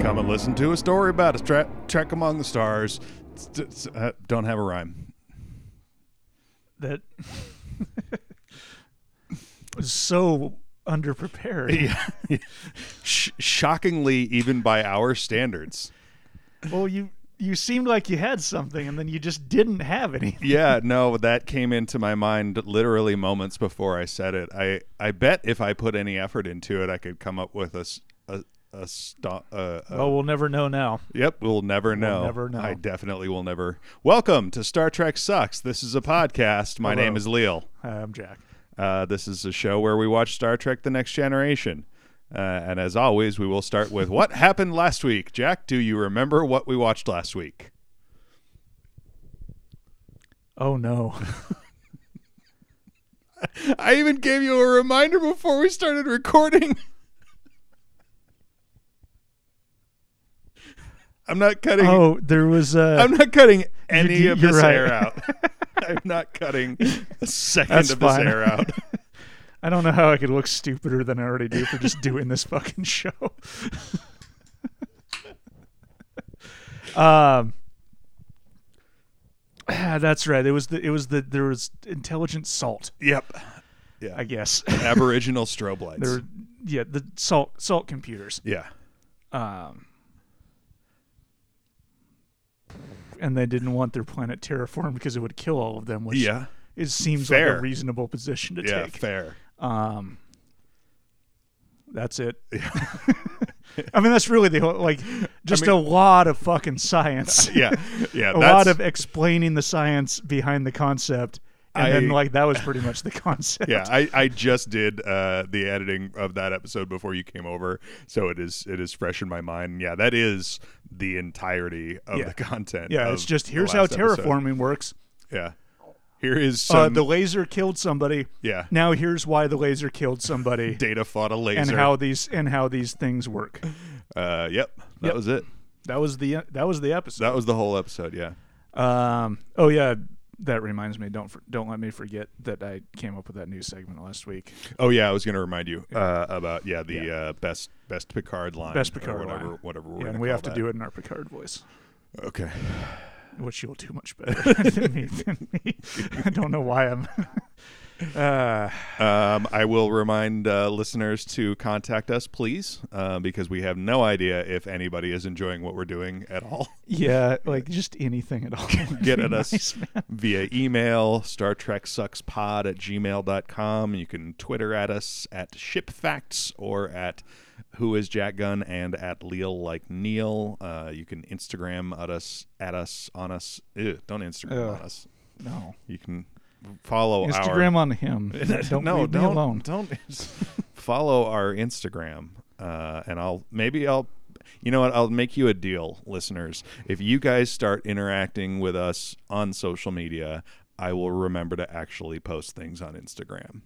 Come and listen to a story about a tra- trek among the stars. It's- it's- uh, don't have a rhyme. That was so underprepared. Sh- shockingly, even by our standards. Well, you you seemed like you had something, and then you just didn't have any. Yeah, no, that came into my mind literally moments before I said it. I, I bet if I put any effort into it, I could come up with a s- a a sto- a- a- Well, we'll never know now. Yep, we'll never know. never know. I definitely will never. Welcome to Star Trek Sucks. This is a podcast. My Hello. name is Leal. Hi, I'm Jack. Uh, this is a show where we watch Star Trek: The Next Generation. Uh, and as always, we will start with what happened last week. Jack, do you remember what we watched last week? Oh no. I even gave you a reminder before we started recording. I'm not cutting. Oh, there was uh, I'm not cutting any d- of you're this right. air out. I'm not cutting a second That's of fine. this air out. I don't know how I could look stupider than I already do for just doing this fucking show. um, ah, that's right. It was the it was the there was intelligent salt, Yep. I guess. Aboriginal strobe lights. there, yeah, the salt salt computers. yeah. Um, and they didn't want their planet terraformed because it would kill all of them, which Yeah. it seems like Fair. a reasonable position to Yeah. take. Fair. Um, that's it. I mean, that's really the whole, like just a lot of fucking science, Yeah. Yeah. a lot of explaining the science behind the concept, and then I- like that was pretty much the concept. Yeah, I, I just did uh, the editing of that episode before you came over, so it is it is fresh in my mind. Yeah, that is the entirety of Yeah. the content. Yeah, of it's just the here's how last episode. terraforming works. Yeah, here is some Uh, the laser killed somebody. yeah Now here's why the laser killed somebody, data fought a laser. and how these and how these things work. uh, yep, that Yep. was it. That was the that was the episode. That was the whole episode. Yeah. Um. Oh yeah, that reminds me. Don't for, don't let me forget that I came up with that new segment last week. Oh yeah, I was going to remind you uh, about yeah the Uh, best best Picard line, Best or Picard whatever line. whatever. We're Yeah, gonna and we call have to that. do it in our Picard voice, Okay. which you'll do much better than me. Than me. I don't know why I'm. uh, Um, I will remind uh, listeners to contact us, please, uh, because we have no idea if anybody is enjoying what we're doing at all. yeah, like just anything at all. would Get be at us. nice, man. Via email, Star Trek Sucks Pod at gmail.com. You can Twitter at us at Ship Facts or at Who is Jack Gun and at Leal Like Neil. Uh, you can Instagram at us, at us, on us. Ew, don't Instagram Ugh. on us. No, You can follow our Instagram on him. Don't no, leave don't, me alone. Don't follow our Instagram, uh, and I'll maybe I'll. You know what? I'll make you a deal, listeners. If you guys start interacting with us on social media, I will remember to actually post things on Instagram.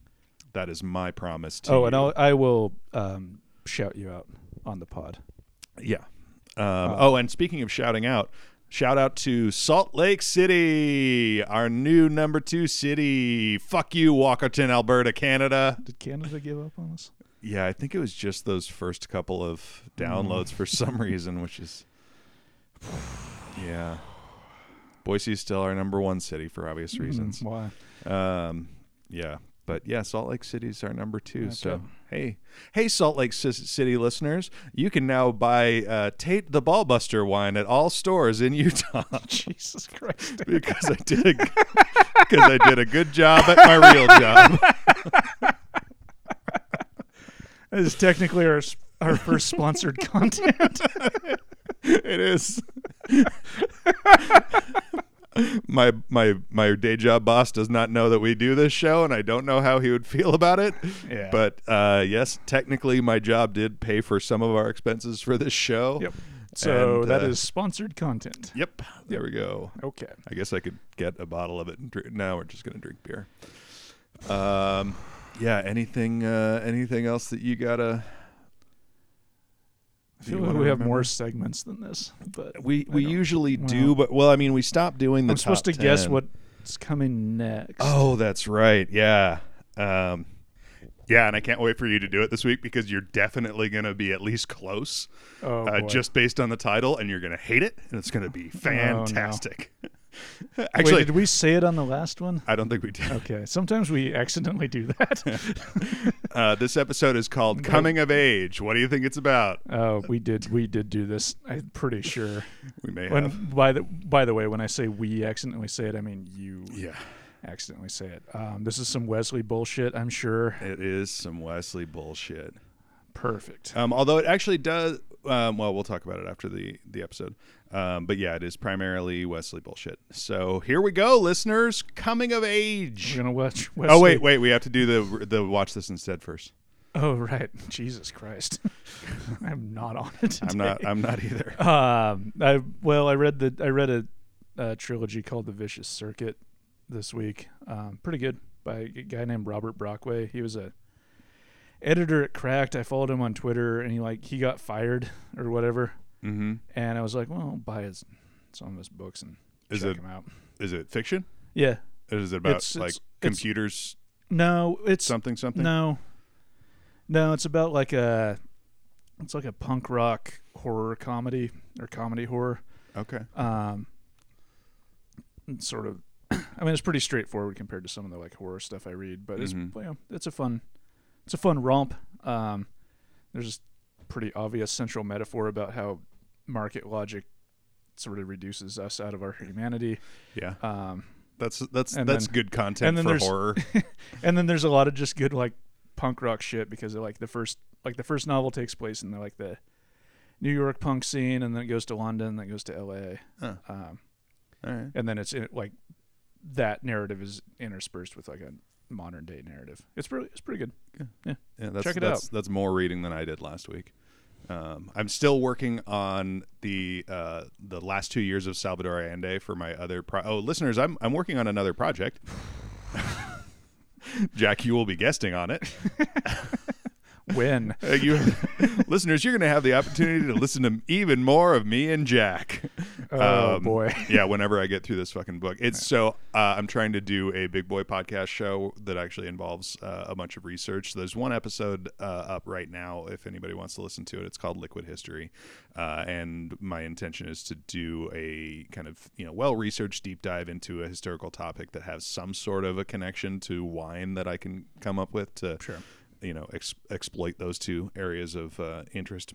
That is my promise to Oh, you. and I'll, I will um, shout you out on the pod. yeah. Um, oh, and speaking of shouting out, shout out to Salt Lake City, our new number two city. Fuck you, Walkerton, Alberta, Canada. Did Canada give up on us? Yeah, I think it was just those first couple of downloads for some reason, which is yeah. Boise is still our number one city for obvious reasons. Mm, why? Um, yeah, but yeah, Salt Lake City's our number two. So Okay. hey, hey, Salt Lake C- City listeners, you can now buy uh, Tate the Ballbuster wine at all stores in Utah Jesus Christ. because I did a, because I did a good job at my real job. This is technically our s- our first sponsored content. It is. my my my day job boss does not know that we do this show, and I don't know how he would feel about it. Yeah. But uh, yes, technically, my job did pay for some of our expenses for this show. So And, that uh, is sponsored content. Yep. There we go. Okay. I guess I could get a bottle of it and drink. Now we're just gonna drink beer. Um. Yeah. Anything. Uh, anything else that you gotta. I Do feel you like we wanna have remember? more segments than this, but We I we don't- usually well, do, but well, I mean, we stopped doing the. I'm supposed to top guess 10. what's coming next. Oh, that's right. Yeah. Um, Yeah, and I can't wait for you to do it this week because you're definitely going to be at least close, uh, Oh, boy. Oh, just based on the title, and you're going to hate it, and it's going to be no. fantastic. Wait, Actually, did we say it on the last one? I don't think we did. Okay. Sometimes we accidentally do that. Uh, this episode is called "Coming of Age." What do you think it's about? Oh, we did. We did do this. I'm pretty sure. We may When have. by the by the way, when I say we accidentally say it, I mean you Yeah, accidentally say it. Um, this is some Wesley bullshit. I'm sure. it is some Wesley bullshit. Perfect. Um, although it actually does. Um, well, we'll talk about it after the the episode. Um, but yeah, it is primarily Wesley bullshit. So here we go, listeners. Coming of We're age. gonna watch. Wesley. Oh wait, wait. We have to do the the watch this instead first. Oh right. Jesus Christ. I'm not on it. I'm not. I'm not either. Um, I well, I read the I read a, a trilogy called The Vicious Circuit this week. Um, pretty good by a guy named Robert Brockway. He was a editor at Cracked. I followed him on Twitter, and he like he got fired or whatever. Mm-hmm. And I was like, well, I'll buy his some of his books and Is check it- him out. Is it fiction? Yeah. Or is it about It's- like it's- it's- computers? No, it's something. Something. no, no. It's about like a it's like a punk rock horror comedy or comedy horror. Okay. um, sort of. I mean, it's pretty straightforward compared to some of the like horror stuff I read, but it's Mhm. you know, it's a fun, it's a fun romp. Um, there's this pretty obvious central metaphor about how market logic sort of reduces us out of our humanity. Yeah. Um, That's that's and that's then- good and content then for there's- horror. and then there's a lot of just good like punk rock shit because like the first like the first novel takes place in the, like the New York punk scene, and then it goes to London, then it goes to L.A. Huh. Um, All right. and then it's in, like that narrative is interspersed with like a modern day narrative. It's pretty, it's pretty good. Yeah, that's, Check it that's, That's more reading than I did last week. Um, I'm still working on the uh, the last two years of Salvador Allende for my other pro. Oh, listeners, I'm I'm working on another project. Jack, you will be guesting on it. When Uh, you listeners, you're going to have the opportunity to listen to even more of me and Jack. oh Um, boy, yeah, whenever I get through this fucking book, it's so uh, I'm trying to do a big boy podcast show that actually involves uh, a bunch of research. There's one episode uh, up right now if anybody wants to listen to it. It's called Liquid History, uh, and my intention is to do a kind of you know well researched deep dive into a historical topic that has some sort of a connection to wine that I can come up with to Sure. you know ex- exploit those two areas of uh, interest.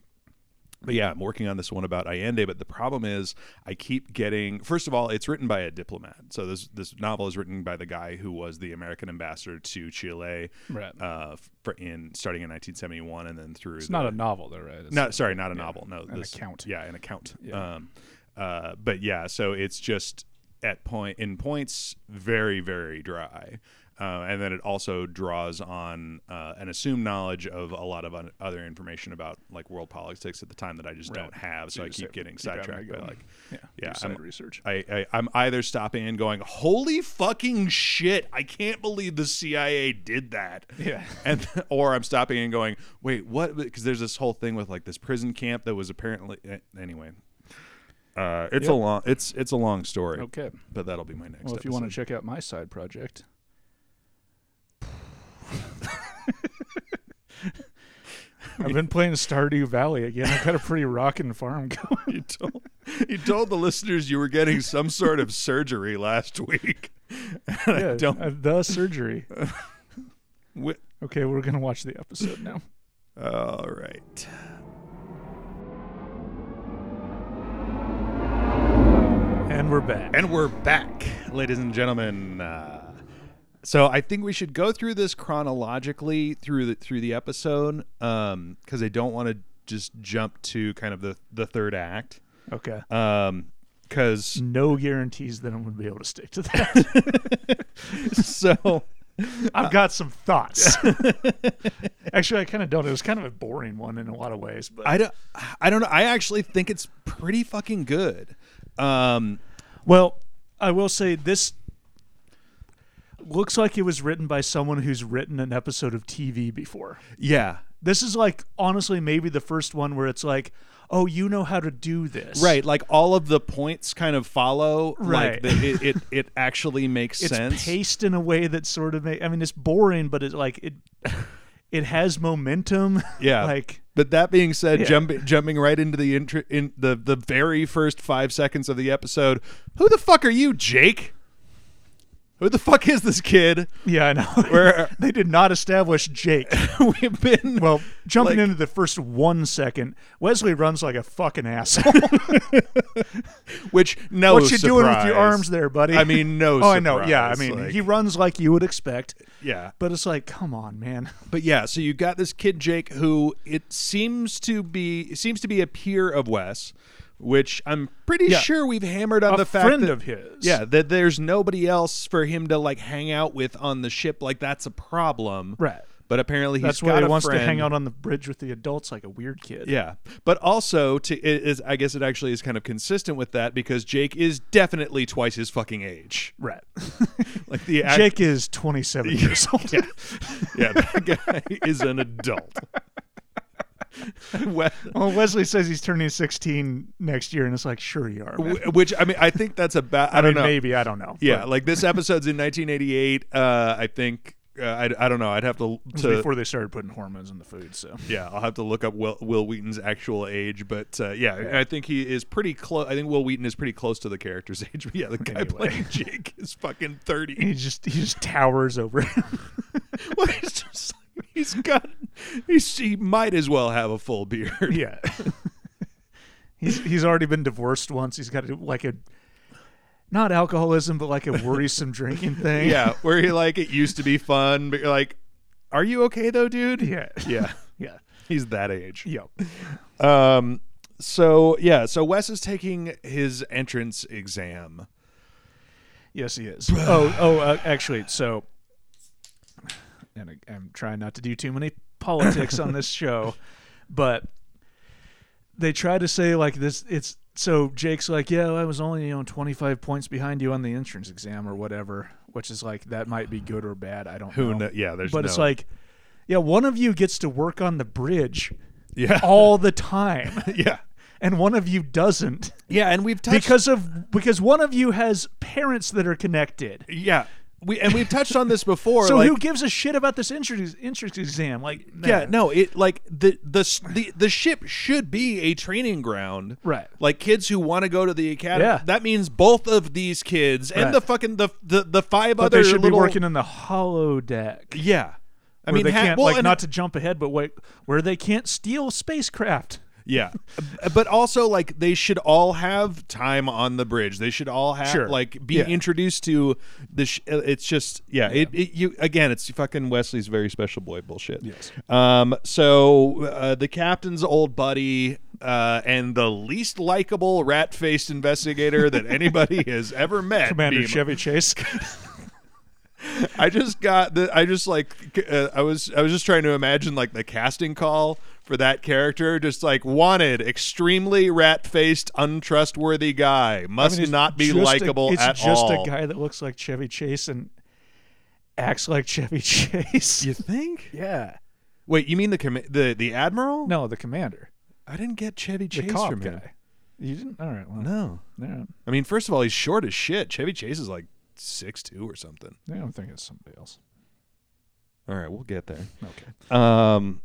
But yeah, I'm working on this one about Allende. But the problem is, I keep getting. First of all, it's written by a diplomat. So this this novel is written by the guy who was the American ambassador to Chile, Right. Uh, for in starting in 1971, and then through. it's not a novel though, right? It's no, sorry, not a novel. No, an account. Yeah, an account. Yeah. Um, uh, but yeah, so it's just at point in points very very dry. Uh, and then it also draws on uh, an assumed knowledge of a lot of un- other information about like world politics at the time that I just Right. don't have, so You I just keep have- getting you gotta sidetracked go by and- like yeah, yeah, do I'm- side research. I, I I'm either stopping and going, holy fucking shit, I can't believe the CIA did that. Yeah. And or I'm stopping and going, wait, what? Because there's this whole thing with like this prison camp that was apparently eh, anyway. Uh, it's a Yep. long it's it's a long story, Okay. but that'll be my next. Well, if you want to episode. check out my side project, I've been playing Stardew Valley again. I've got a pretty rockin' farm going. you told you told the listeners you were getting some sort of surgery last week. Yeah, don't- uh, the surgery. Wh- Okay, we're gonna watch the episode now. All right. And we're back. And we're back, ladies and gentlemen. Uh, so I think we should go through this chronologically through the through the episode because I don't want to just jump to kind of the the third act Okay. because Uh, no guarantees that I'm going to be able to stick to that. so I've got some thoughts. Actually, I kind of don't. It was kind of a boring one in a lot of ways, but I don't I don't know. I actually think it's pretty fucking good. Um, well, I will say this looks like it was written by someone who's written an episode of TV before. yeah, This is like honestly maybe the first one where it's like, "Oh, you know how to do this." right. Like all of the points kind of follow. Right. Like the, it, it it actually makes It's sense. paced in a way that sort of ma- I mean, it's boring, but it like it it has momentum. Yeah. like But that being said, Yeah. jumping jumping right into the intro, in the the very first five seconds of the episode, who the fuck are you, Jake? Who the fuck is this kid? yeah, I know. Where- they did not establish Jake. We've been Well, jumping Like- into the first one second, Wesley runs like a fucking asshole. which no, what you doing with surprise. your arms there, buddy? I mean, no. oh, I know. Yeah, I surprise, mean, like- he runs like you would expect, yeah, but it's like, come on, man. but yeah. So you got this kid Jake, who it seems to be seems to be a peer of Wes, which I'm pretty Yeah. sure we've hammered on A the fact friend that, of his. Yeah, that there's nobody else for him to like hang out with on the ship. Like that's a problem. Right. But apparently he's That's got why he a wants friend. to hang out on the bridge with the adults like a weird kid. Yeah, but also to it is I guess it actually is kind of consistent with that because Jake is definitely twice his fucking age. Right. Like the act- Jake is 27 years old. Yeah. yeah, that guy is an adult. Well, Well, Wesley says he's turning 16 next year, and it's like, sure you are. man. w- which I mean, I think that's about. I, I don't mean, know. maybe I don't know. Yeah, but like this episode's in 1988. Uh, I think uh, I, I don't know. I'd have to it was to before they started putting hormones in the food, so Yeah, I'll have to look up Will, Will Wheaton's actual age, but uh, yeah, I think he is pretty close. I think Will Wheaton is pretty close to the character's age. But yeah, the guy Anyway. playing Jake is fucking he thirty. just he just towers over him. Well, he's just like- he's got he's, he might as well have a full beard. Yeah. he's he's already been divorced once. He's got like a not alcoholism, but like a worrisome drinking thing. Yeah, where he like it used to be fun, but you're like, are you okay though, dude? Yeah. yeah, Yeah. he's that age. Yep. Um, so yeah, so Wes is taking his entrance exam. Yes, he is. oh, oh, uh, actually, so, and I, I'm trying not to do too many politics on this show, but they try to say like this. It's so Jake's like, yeah, I was only you know 25 points behind you on the entrance exam or whatever, which is like that might be good or bad. I don't Who? know. kno- yeah, there's but no, it's like, yeah, one of you gets to work on the bridge yeah, all the time, yeah, and one of you doesn't yeah, and we've touched because of because one of you has parents that are connected. Yeah. We and we've touched on this before. So like, who gives a shit about this entrance entrance exam? Like, man. yeah, no, it like the the s- the the ship should be a training ground, Right. Like kids who want to go to the academy. Yeah. That means both of these kids and Right. the fucking the the, the five But other they should little, be working in the hollow deck. Yeah, I I mean, mean, they ha- can't well, like and- not to jump ahead, but wait, where they can't steal spacecraft. Yeah, Uh, but also like they should all have time on the bridge. They should all have Sure. like be Yeah. introduced to the. Sh- uh, it's just yeah. It, it you again. It's fucking Wesley's very special boy bullshit. Yes. Um. So uh, the captain's old buddy. Uh, and the least likable rat-faced investigator that anybody has ever met, Commander Beam. Chevy Chase. I just got the. I just like. c- Uh, I was. I was just trying to imagine like the casting call for that character. Just like wanted, extremely rat faced, untrustworthy guy. I Must mean, it's not be just a- likable It's at just all. a guy that looks like Chevy Chase and acts like Chevy Chase. You think? yeah. Wait, you mean the com- the the admiral? No, the commander, I didn't get Chevy the Chase cop from guy. him. You didn't? All right. Well, No, yeah, I mean, first of all, he's short as shit. Chevy Chase is like six two or something. yeah, I'm thinking it's somebody else. All right, we'll get there. Okay. Um.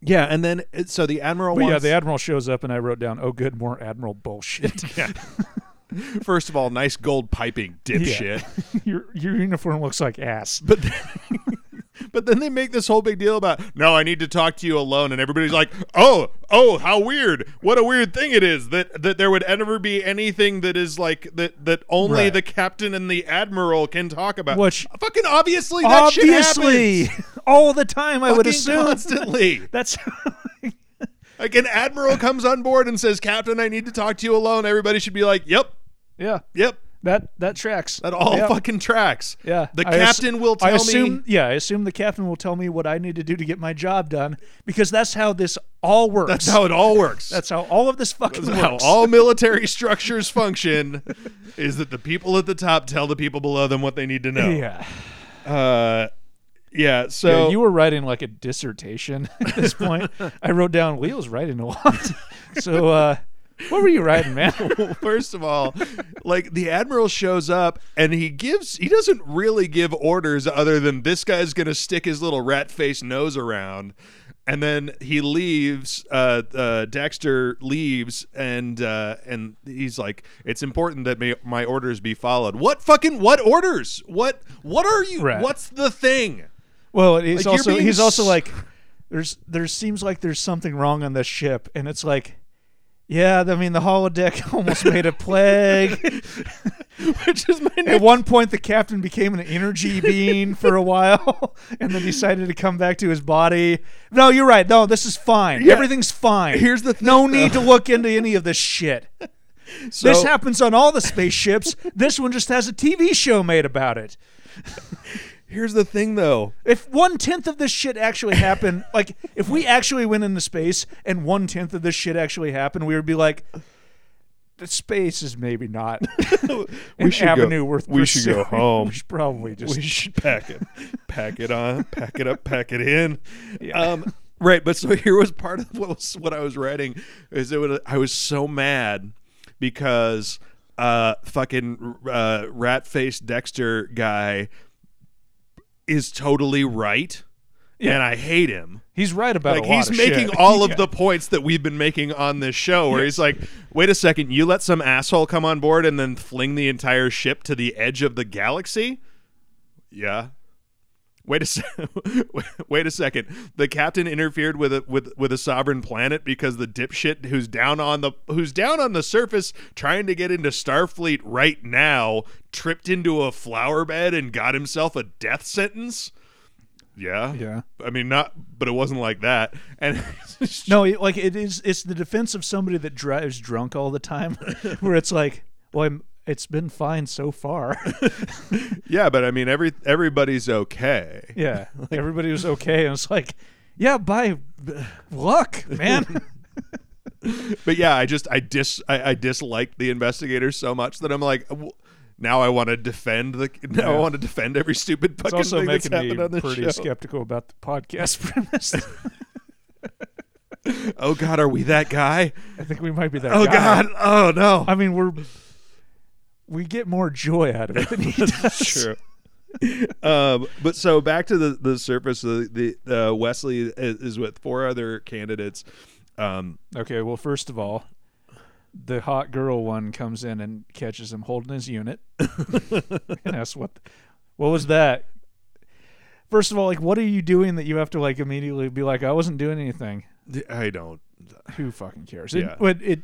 Yeah, and then so the admiral. But yeah, wants- the admiral shows up, and I wrote down, "Oh, good, more admiral bullshit." Yeah. First of all, nice gold piping, dipshit. your your uniform looks like ass. But then, but then they make this whole big deal about no, I need to talk to you alone, and everybody's like, oh, oh, how weird! What a weird thing it is that that there would ever be anything that is like that that only Right. the captain and the admiral can talk about. Which- fucking obviously, that shit Obviously, happens. all the time. I would Fucking assume constantly. that's Like an admiral comes on board and says, "Captain, I need to talk to you alone." Everybody should be like, "Yep, yeah. yep, That that tracks. that all yeah. fucking tracks." Yeah, the I ass- captain will tell I assume, me. Yeah, I assume the captain will tell me what I need to do to get my job done because that's how this all works. That's how it all works. That's how all of this fucking That's how works. all military structures function is that the people at the top tell the people below them what they need to know. yeah. Uh, yeah. So yeah, you were writing like a dissertation at this point. I wrote down Leo's writing a lot, so uh, What were you riding, man? First of all, like the admiral shows up and he gives he doesn't really give orders other than this guy's going to stick his little rat face nose around. And then he leaves. Uh, uh, Dexter leaves, and uh, and he's like, "It's important that my, my orders be followed." What fucking what orders? What what are you? Right. What's the thing? Well, and he's Like, you're also being he's also s- like there's there seems like there's something wrong on this ship, and it's like, yeah, I mean the holodeck almost made a plague. Which is my At one point, the captain became an energy being for a while, and then decided to come back to his body. No, you're right. No, this is fine. Everything's fine. Here's the thing, no need to look into any of this shit. So- this happens on all the spaceships. this one just has a TV show made about it. Here's the thing, though. If one tenth of this shit actually happened, like if we actually went into space and one tenth of this shit actually happened, we would be like, the space is maybe not an should go- avenue worth. we should go pursuing." home. We should probably just we should pack it, pack it on, pack it up, pack it in. Yeah. Um, right, but so here was part of what was, what I was writing is it was, I was so mad because uh, fucking uh, rat faced Dexter guy is totally right, and I hate him. He's right about Like a lot he's of making shit. all of Yeah. the points that we've been making on this show, where he's like, "Wait a second, you let some asshole come on board and then fling the entire ship to the edge of the galaxy?" Yeah. Wait a se- wait a second. The captain interfered with a with with a sovereign planet because the dipshit who's down on the who's down on the surface trying to get into Starfleet right now tripped into a flower bed and got himself a death sentence. Yeah. Yeah. I mean, not, but it wasn't like that. And No, it- like it is. It's the defense of somebody that drives drunk all the time, where it's like, well, I'm, it's been fine so far. yeah, but I mean, every everybody's okay. yeah, everybody was okay, and it's like, yeah, by b- luck, man. But yeah, I just I dis I, I disliked the investigators so much that I'm like, w- now I want to defend the now I Yeah. want to defend every stupid It's fucking also thing that's making me happened on this pretty show. skeptical about the podcast premise. Oh God, are we that guy? I think we might be that. Oh guy. God, oh no. I mean, we're we get more joy out of it than he does. True. um, but so back to the the surface. The the uh, Wesley is, is with four other candidates. Um, Okay, well, first of all, the hot girl one comes in and catches him holding his unit, and asks what, what was that? First of all, like, what are you doing that you have to like immediately be like, I wasn't doing anything. I don't. Who fucking cares? Yeah. It, but it,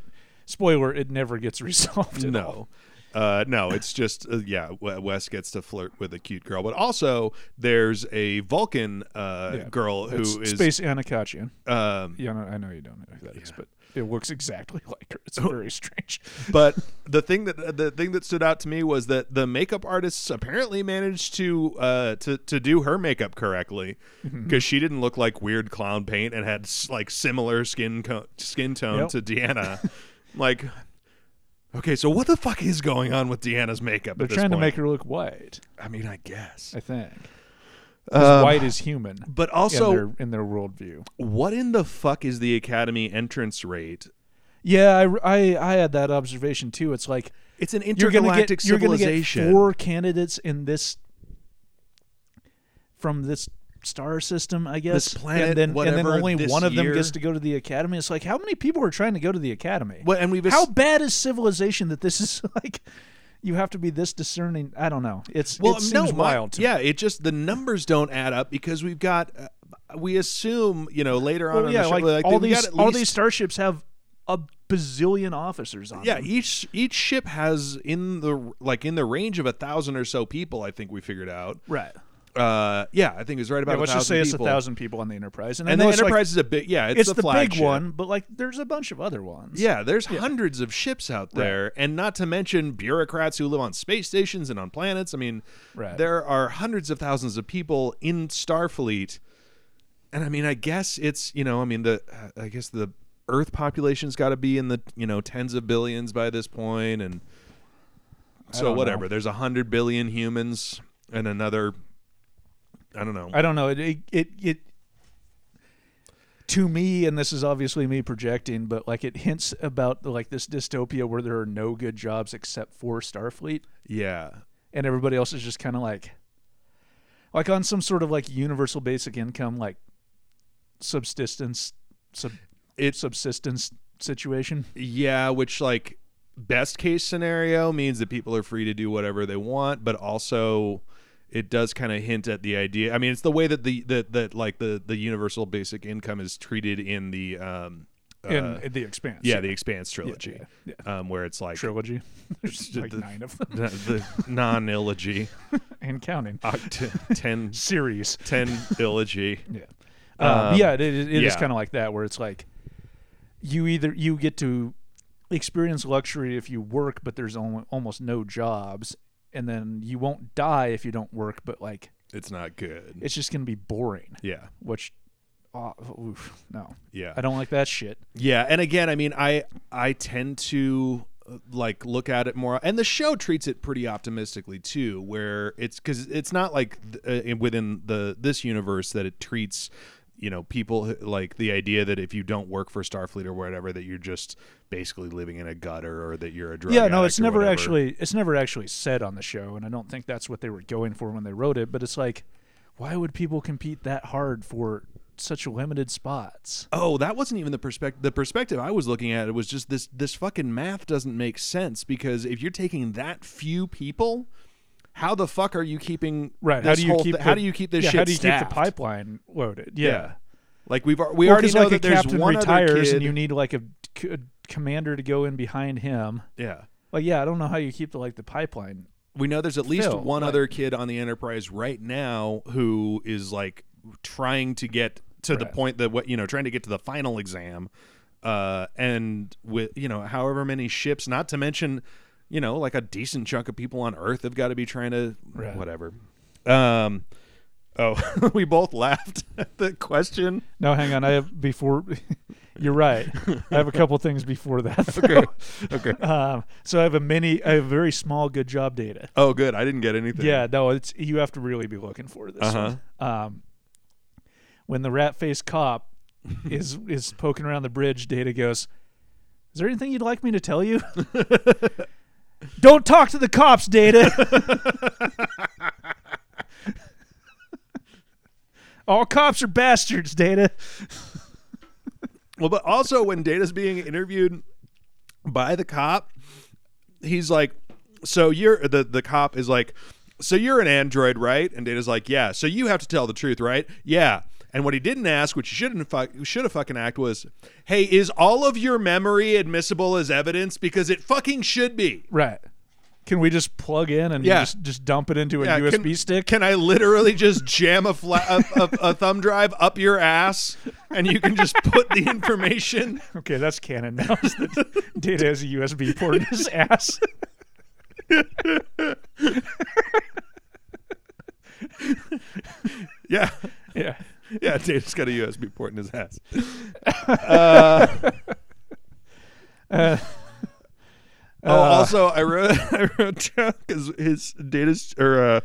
spoiler, it never gets resolved. At all. No. Uh, no, it's just uh, yeah. W- Wes gets to flirt with a cute girl, but also there's a Vulcan uh, Yeah, girl who It's is Space Anakachian. um, Yeah, no, I know you don't know who that is, but it looks exactly like her. It's very strange. but the thing that uh, the thing that stood out to me was that the makeup artists apparently managed to uh, to to do her makeup correctly because Mm-hmm. she didn't look like weird clown paint and had s- like similar skin co- skin tone Yep. to Deanna. like, okay, so what the fuck is going on with Deanna's makeup? They're at this trying to point? make her look white. I mean, I guess. I think 'Cause Um, white is human. But in also, their, in their worldview. what in the fuck is the academy entrance rate? Yeah, I, I, I had that observation too. It's like It's an you're gonna get intergalactic you're gonna get civilization. four candidates in this from this star system, I guess. planet, and then, and whatever, then only this one of them year. gets to go to the academy. It's like how many people are trying to go to the academy? Well, and we've how bad is civilization that this is like? You have to be this discerning. I don't know. It's well, it seems no, my- wild. To me. yeah, it just the numbers don't add up because we've got. Uh, we assume you know later on. Well, on yeah, the show, like, like all we these got at all least- these starships have a bazillion officers on. Yeah, them. each each ship has in the like in the range of a thousand or so people. I think we figured out. right. Uh, yeah, I think it was right about. Yeah, a let's just say thousand it's a people. thousand people on the Enterprise, and, I And the know it's, like, Enterprise is a big. Yeah, it's, it's, the, big flagship. one, but like there's a bunch of other ones. Yeah, there's hundreds of ships out there, and not to mention bureaucrats who live on space stations and on planets. I mean, Right. there are hundreds of thousands of people in Starfleet, and I mean, I guess it's you know, I mean, the uh, I guess the Earth population's got to be in the you know tens of billions by this point, and so don't whatever. There's a hundred billion humans and another, I don't know. I don't know. It it it, it to me, and this is obviously me projecting, but like it hints about like this dystopia where there are no good jobs except for Starfleet, Yeah. and everybody else is just kind of like, like on some sort of like universal basic income, like subsistence, sub, It- subsistence situation. Yeah, which like best case scenario means that people are free to do whatever they want, but also it does kind of hint at the idea. I mean, it's the way that the that that like the the universal basic income is treated in the um uh, in the expanse yeah, the Expanse trilogy, yeah, Um, where it's like trilogy there's The- like the- nine of them the, the non illogy, and counting Uh, oct- 10, series 10 illogy. yeah um, Um, yeah it, it, it is yeah. kind of like that where it's like you either you get to experience luxury if you work but there's only, almost no jobs and then you won't die if you don't work but like It's not good. it's just gonna be boring Yeah, which oh, oof, no yeah. i don't like that shit Yeah, and again, I mean, I I tend to uh, like look at it more, and the show treats it pretty optimistically too, where it's because it's not like th- uh, within the this universe that it treats you know people who- like the idea that if you don't work for Starfleet or whatever that you're just basically living in a gutter or that you're a drug yeah no addict it's or never whatever. actually it's never actually said on the show and i don't think that's what they were going for when they wrote it but it's like why would people compete that hard for such limited spots Oh, that wasn't even the perspective. The perspective I was looking at it was just this: this fucking math doesn't make sense because if you're taking that few people, how the fuck are you keeping right how this do you whole keep thi- how do you keep this yeah, shit how do you keep staffed? the pipeline loaded yeah, Yeah. yeah. like we've al- we Well, already 'cause, know like that a there's captain one retires other kid. and you need like a, c- a commander to go in behind him yeah. like yeah i don't know how you keep the like the pipeline We know there's at least Phil, one like- other kid on the Enterprise right now who is like trying to get to the Right. point that what you know trying to get to the final exam, uh, and with you know however many ships, not to mention you know like a decent chunk of people on Earth have got to be trying to Right. whatever. Um, oh, we both laughed at the question. no hang on i have before you're right i have a couple things before that okay Okay. um, so i have a mini i have very small good job data Oh, good. I didn't get anything. Yeah, no, it's you have to really be looking for this. Uh-huh. one. Um, when the rat faced cop is is poking around the bridge, Data goes, "Is there anything you'd like me to tell you?" Don't talk to the cops, Data. All cops are bastards, Data. Well, but also when Data's being interviewed by the cop, he's like, "So you're the the cop is like, so you're an android, right?" And Data's like, "Yeah." So you have to tell the truth, right? Yeah. And what he didn't ask, which you shouldn't fuck, should have fucking asked, was, "Hey, is all of your memory admissible as evidence? Because it fucking should be." Right. Can we just plug in and Yeah. just, just dump it into a Yeah, USB can- stick? Can I literally just jam a, fla- a, a, a thumb drive up your ass, and you can just put the information? Okay, that's canon now. is that Data has a USB port in his ass. Yeah. Yeah. Yeah, Data's got a USB port in his ass. Uh, Oh, also, I wrote I wrote down because his Data's or uh,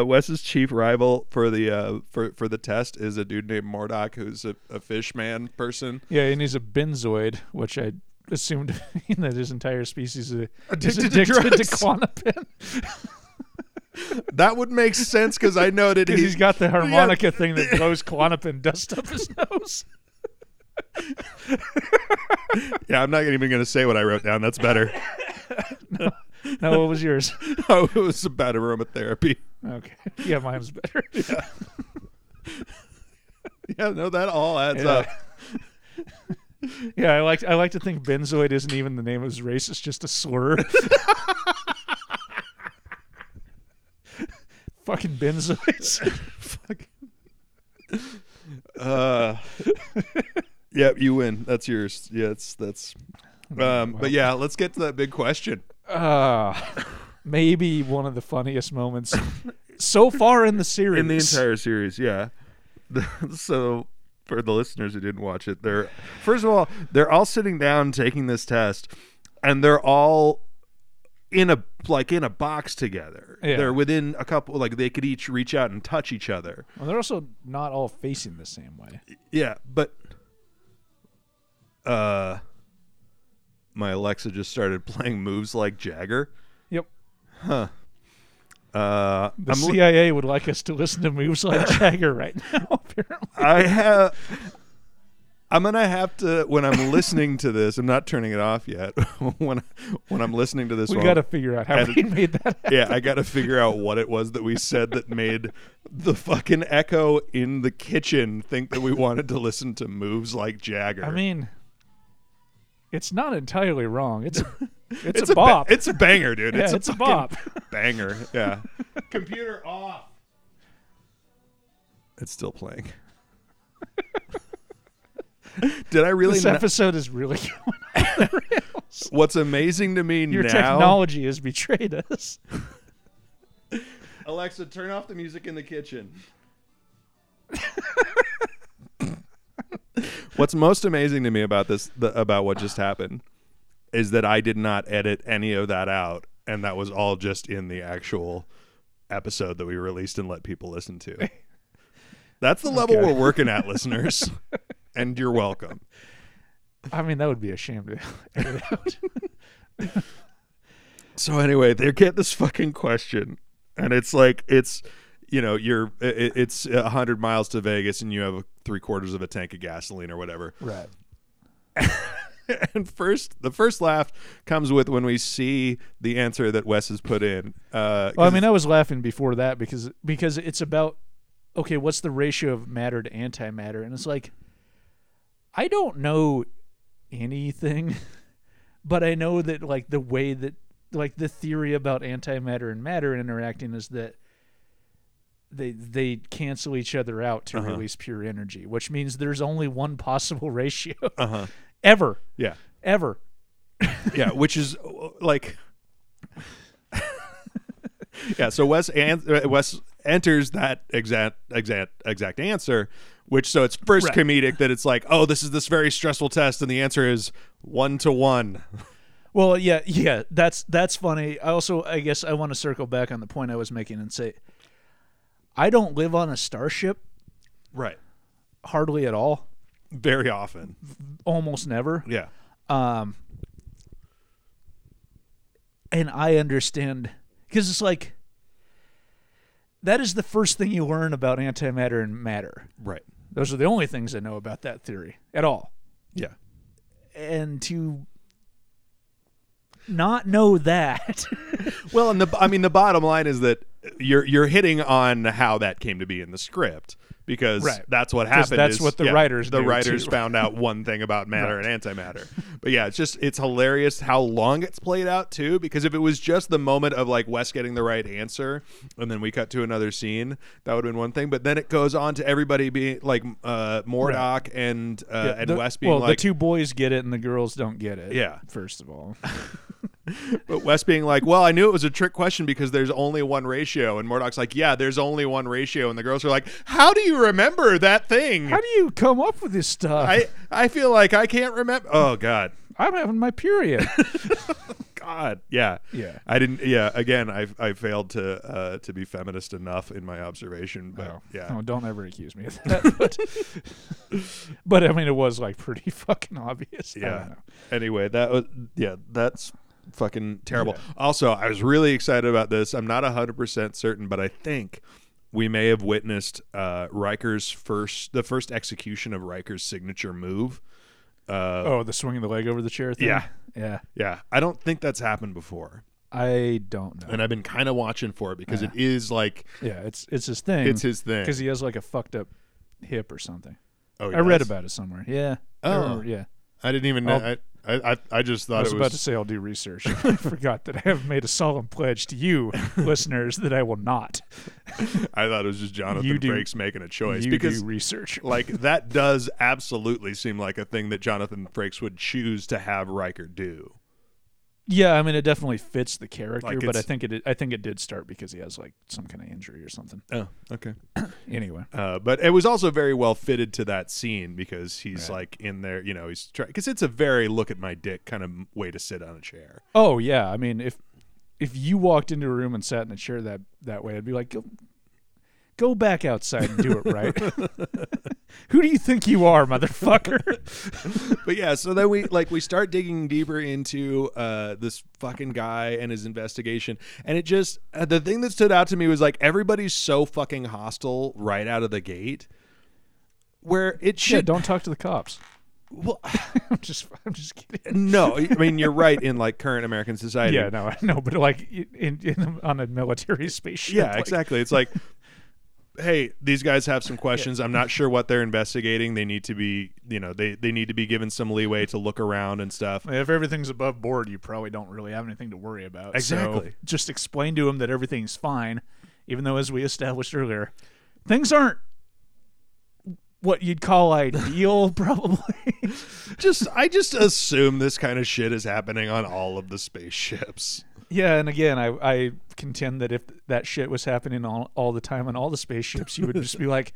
uh, Wes's chief rival for the uh, for for the test is a dude named Mordock, who's a, a fish man person. Yeah, and he's a benzoid, which I assumed that his entire species is Addicted addicted, to addicted to, drugs. Klonopin That would make sense because I noted because he, he's got the harmonica thing that blows Klonopin dust up his nose. Yeah, I'm not even going to say what I wrote down. That's better. No, what was yours? oh, it was about aromatherapy. Okay, yeah, mine was better. Yeah, no, that all adds Yeah. up. Yeah, I like I like to think benzoid isn't even the name of his race; it's just a slur. Fucking benzoids. Uh, yeah, you win. That's yours. Yeah, it's that's. Um, but yeah, let's get to that big question. Uh, maybe one of the funniest moments so far in the series. in the entire series yeah so for the listeners who didn't watch it they're first of all they're all sitting down taking this test and they're all in a like in a box together Yeah. they're within a couple like they could each reach out and touch each other Well, they're also not all facing the same way. yeah but uh, my Alexa just started playing moves like Jagger. Yep. Uh, The I'm li- CIA would like us to listen to moves like Jagger right now, apparently. I have. I'm gonna have to when I'm listening to this. I'm not turning it off yet. when when I'm listening to this, We while- got to figure out how edit- we made that happen. yeah, I got to figure out what it was that we said that made the fucking echo in the kitchen think that we wanted to listen to moves like Jagger. I mean, it's not entirely wrong. It's it's, it's, a, ba- bop. it's a banger, dude. yeah, it's, it's, a, a bop. banger. Yeah. Computer off. It's still playing. Did I really? This not- episode is really going. What's amazing to me Your now? technology has betrayed us. Alexa, turn off the music in the kitchen. What's most amazing to me about this, the, about what just happened, is that I did not edit any of that out, and that was all just in the actual episode that we released and let people listen to. That's the level Okay. we're working at, listeners. And you're welcome. I mean, that would be a shame to edit out. So anyway, they get this fucking question, and it's like it's you know you're i- i- it's a hundred miles to Vegas, and you have three quarters of a tank of gasoline or whatever. right. And first, the first laugh comes with when we see the answer that Wes has put in. Uh, Well, I 'cause mean, I was laughing before that because because it's about okay, what's the ratio of matter to antimatter? And it's like I don't know anything, but I know that like the way that like the theory about antimatter and matter interacting is that they they cancel each other out to release pure energy, which means there's only one possible ratio Uh-huh. ever, yeah, ever. yeah, which is uh, like, yeah. So Wes an- uh, Wes enters that exact exact exact answer, which so it's first Right. comedic that it's like, oh, this is this very stressful test, and the answer is one to one. Well, yeah, yeah, that's that's funny. I also, I guess, I want to circle back on the point I was making and say, I don't live on a starship Right. hardly at all, Very often. almost never, Yeah. um, and I understand because it's like that is the first thing you learn about antimatter and matter. Right. Those are the only things I know about that theory at all. Yeah. And to not know that. Well, and the I mean the bottom line is that you're you're hitting on how that came to be in the script because Right. that's what happened. that's is- what the writers the do, writers too. found out one thing about matter and antimatter. But yeah, it's just it's hilarious how long it's played out too. Because if it was just the moment of like Wes getting the right answer and then we cut to another scene, that would have been one thing. But then it goes on to everybody being like uh, Mordock and uh, and the, Wes being well, like, the two boys get it and the girls don't get it. Yeah. First of all, But Wes being like, "Well, I knew it was a trick question because there's only one ratio," and Murdoch's like, "Yeah, there's only one ratio," and the girls are like, "How do you remember that thing?" how do you come up with this stuff? I, I I feel like I can't remember. Oh God, am having my period. God, yeah, Yeah. I didn't. Yeah, again, I I failed to uh, to be feminist enough in my observation, but Oh, yeah, Oh, don't ever accuse me of that. But, but, I mean, it was like pretty fucking obvious. I don't yeah. know. Anyway, that was yeah, that's fucking terrible. Also, I was really excited about this. I'm not 100% certain, but I think we may have witnessed uh Riker's first the first execution of Riker's signature move. Uh Oh, the swinging the leg over the chair thing. Yeah. Yeah. yeah, I don't think that's happened before. I don't know. And I've been kind of watching for it because it is like Yeah. It's it's his thing. it's his thing. because he has like a fucked up hip or something. Oh, he I read does? about it somewhere. Yeah. I Oh. remember- yeah. I didn't even know. I'll- I, I I- I just thought I was it about to say I'll do research. I forgot that I have made a solemn pledge to you, listeners, that I will not. I thought it was just Jonathan You do- Frakes making a choice you because do research. like that does absolutely seem like a thing that Jonathan Frakes would choose to have Riker do. Yeah, I mean, it definitely fits the character, Like but I it's- think it I think it did start because he has like some kind of injury or something. Oh, okay. Anyway, Uh, but it was also very well fitted to that scene because he's Right. like in there, you know, he's trying because it's a very look at my dick kind of way to sit on a chair. oh yeah, I mean, if if you walked into a room and sat in a chair that that way, I'd be like, go, Go back outside and do it right. Who do you think you are, motherfucker? but yeah, so then we like we start digging deeper into uh, this fucking guy and his investigation, and it just uh, the thing that stood out to me was like everybody's so fucking hostile right out of the gate, where it yeah, should don't talk to the cops. well, I'm just, I'm just kidding. no, I mean you're right in like current American society. Yeah, no, I know, but like in, in on a military spaceship. yeah, like, exactly. It's like. Hey, these guys have some questions. I'm not sure what they're investigating. They need to be, you know, they, they need to be given some leeway to look around and stuff. If everything's above board, you probably don't really have anything to worry about. So Exactly. just explain to them that everything's fine, even though, as we established earlier, things aren't what you'd call ideal, probably. just I just assume this kind of shit is happening on all of the spaceships. Yeah, and again, I, I contend that if that shit was happening all, all the time on all the spaceships, you would just be like,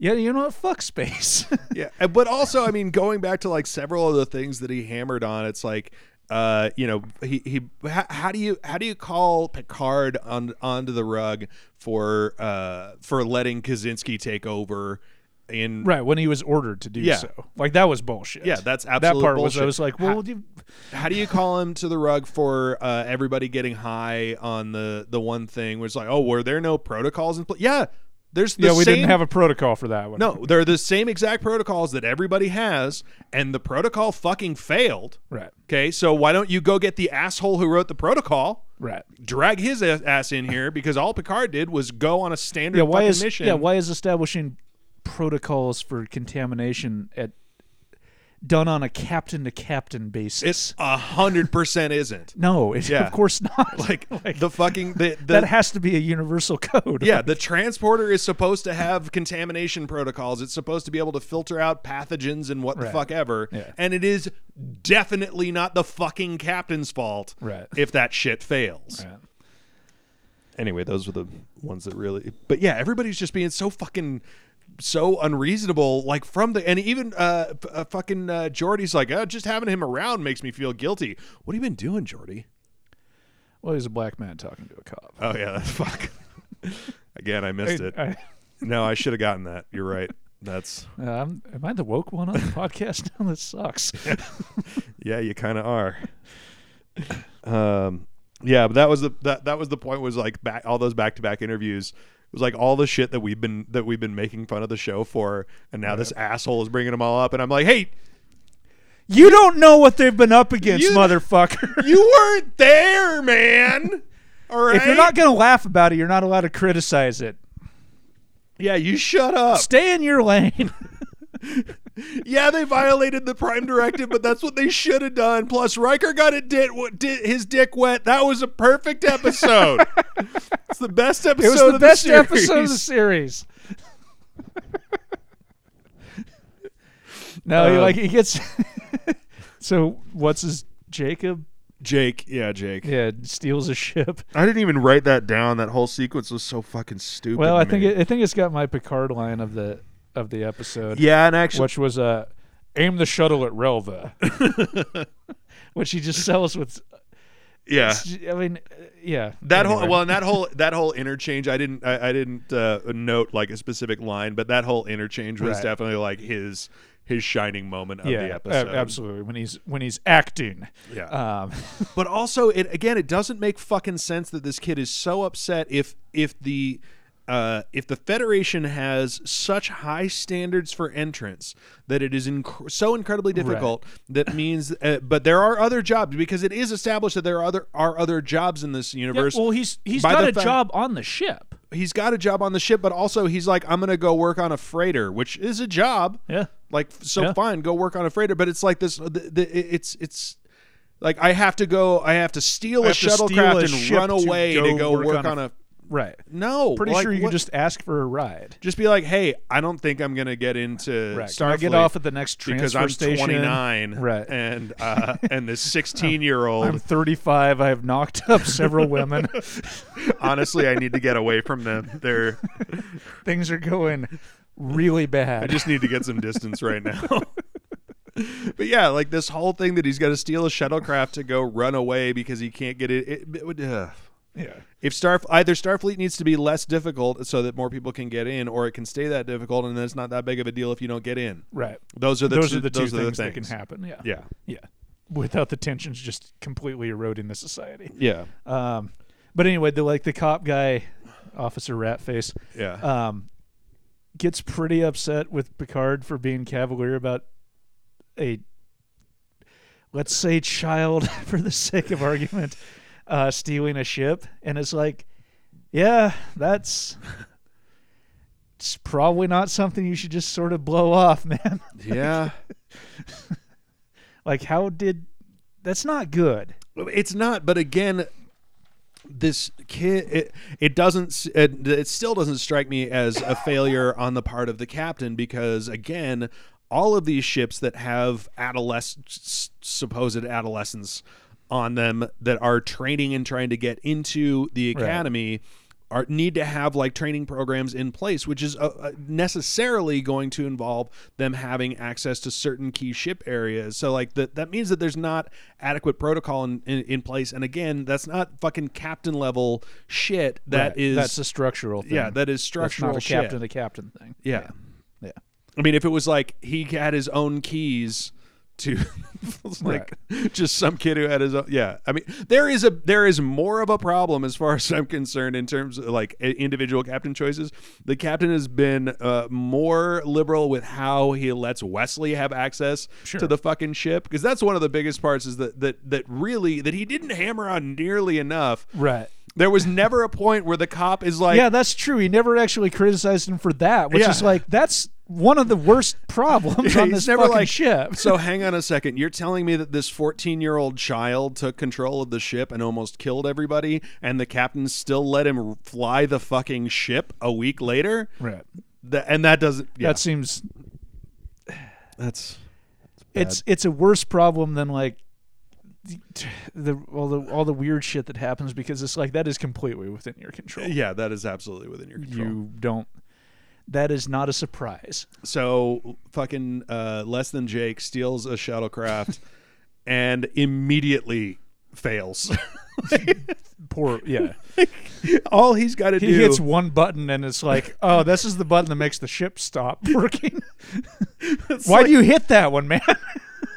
yeah, you know what? Fuck space. Yeah, and- but also I mean going back to like several of the things that he hammered on, it's like uh, you know, he he how, how do you how do you call Picard on onto the rug for uh for letting Kaczynski take over in right, when he was ordered to do Yeah. so. Like, that was bullshit. Yeah, that's That absolute part was, bullshit. I was like, well, you, How do you call him to the rug for uh, everybody getting high on the the one thing? Was like, oh, were there no protocols in place? Yeah, there's the yeah, we same- didn't have a protocol for that one. No, they're the same exact protocols that everybody has, and the protocol fucking failed. Right, Okay, so why don't you go get the asshole who wrote the protocol, right. drag his a- ass in here because all Picard did was go on a standard Yeah, why fucking is mission. yeah why is establishing protocols for contamination at done on a captain to captain basis? it's a hundred percent isn't. no, it, Yeah. of course not. Like, the fucking the, that the has to be a universal code. yeah the transporter is supposed to have contamination protocols. It's supposed to be able to filter out pathogens and what the Right. fuck ever. Yeah. And it is definitely not the fucking captain's fault Right. if that shit fails. Right. anyway, those were the ones that really. But yeah, everybody's just being so fucking so unreasonable. Like from the and even uh, f- uh fucking uh, Jordy's like, oh, just having him around makes me feel guilty. What have you been doing, Jordy? Well, he's a black man talking to a cop. Oh yeah, that's fuck. Again, I missed it. I, No, I should have gotten that. You're right. That's I, am uh, am I the woke one on the podcast? now this sucks. yeah, you kind of are. Um, yeah, but that was the that that was the point. Was like back all those back to back interviews. It was like all the shit that we've been that we've been making fun of the show for, and now this asshole is bringing them all up, and I'm like, hey, You don't know what they've been up against, You- motherfucker. you weren't there, man. All right, If you're not gonna laugh about it, you're not allowed to criticize it. yeah, you shut up. Stay in your lane. Yeah, they violated the prime directive, but that's what they should have done. Plus, Riker got it did, did his dick wet. That was a perfect episode. it's the best episode. It was the of best series. episode of the series. no, he Um, like he gets. so what's his Jacob? Jake, yeah, Jake. Yeah, steals a ship. I didn't even write that down. That whole sequence was so fucking stupid. Well, I to think me. it, I think it's got my Picard line of the of the episode. Yeah, and actually, which was uh, aim the shuttle at Relva, which he just sells with. yeah. I mean, uh, yeah. That whole anyway. well, and that whole that whole interchange, I didn't I, I didn't uh, note like a specific line, but that whole interchange was Right. definitely like his his shining moment of yeah, the a- episode. absolutely. When he's when he's acting, Yeah. um, but also it again it doesn't make fucking sense that this kid is so upset if if the uh, if the Federation has such high standards for entrance that it is inc- so incredibly difficult, that means. Uh, but there are other jobs because it is established that there are other are other jobs in this universe. well, he's he's By got the a fact- job on the ship. he's got a job on the ship, but also he's like, I'm gonna go work on a freighter, which is a job. Yeah. Like f- so, Yeah. fine, go work on a freighter. But it's like this. The, the, it's it's like I have to go. I have to steal a have to steal shuttlecraft a and ship run to away to go go work, work on on, a- a, Right. no. Pretty like, sure you what- can just ask for a ride. just be like, hey, I don't think I'm gonna get into Right. Can I Starfleet get off at the next transfer because I'm station. 29, Right. And uh, and this 16 year I'm old. 35. I have knocked up several women. honestly, I need to get away from them. They're Things are going really I bad. just need to get some distance right now. but yeah, like this whole thing that he's got to steal a shuttlecraft to go run away because he can't get it. it, it would, ugh. Yeah. If Starf either Starfleet needs to be less difficult so that more people can get in, or it can stay that difficult, and then it's not that big of a deal if you don't get in. Right. Those are the those two, are the two those things, the that can happen. Yeah. Yeah, Yeah. Without the tensions just completely eroding the society. yeah, Um, but anyway, the like the cop guy, Officer Ratface, yeah. um, gets pretty upset with Picard for being cavalier about a let's say child for the sake of argument uh, stealing a ship, and it's like, yeah, that's. It's probably not something you should just sort of blow off, man. yeah. Like, how did? That's not good. It's not, but again, this kid it, it doesn't s- it, it still doesn't strike me as a failure on the part of the captain because again, all of these ships that have adolescent supposed adolescents on them that are training and trying to get into the academy are need to have like training programs in place which is uh, uh, necessarily going to involve them having access to certain key ship areas so like that that means that there's not adequate protocol in, in, in place and again that's not fucking captain level shit That Right. is that's a structural thing. yeah that is That's structural not a shit captain to captain thing. yeah Yeah. i mean if it was like he had his own keys to like just some kid who had his own yeah i mean there is a there is more of a problem as far as i'm concerned in terms of like i- individual captain choices the captain has been uh, more liberal with how he lets wesley have access to the fucking ship because that's one of the biggest parts is that that that really that he didn't hammer on nearly enough Right. there was never a point where the cop is like yeah, that's true. He never actually criticized him for that, which Yeah. is like that's one of the worst problems Yeah, on he's this never fucking like- ship. So hang on a second. You're telling me that this 14 year old child took control of the ship and almost killed everybody, and the captain still let him fly the fucking ship a week later? Right. Th- and that doesn't. Yeah, That seems that's it's it's a worse problem than like the all the all the weird shit that happens because it's like that is completely within your control. yeah. That is absolutely within your control. You don't. That is not a surprise. So fucking uh, less than Jake steals a shuttlecraft and immediately fails. Poor yeah. All he's got to do He hits one button and it's like, oh, this is the button that makes the ship stop working. Why do you hit that one, man?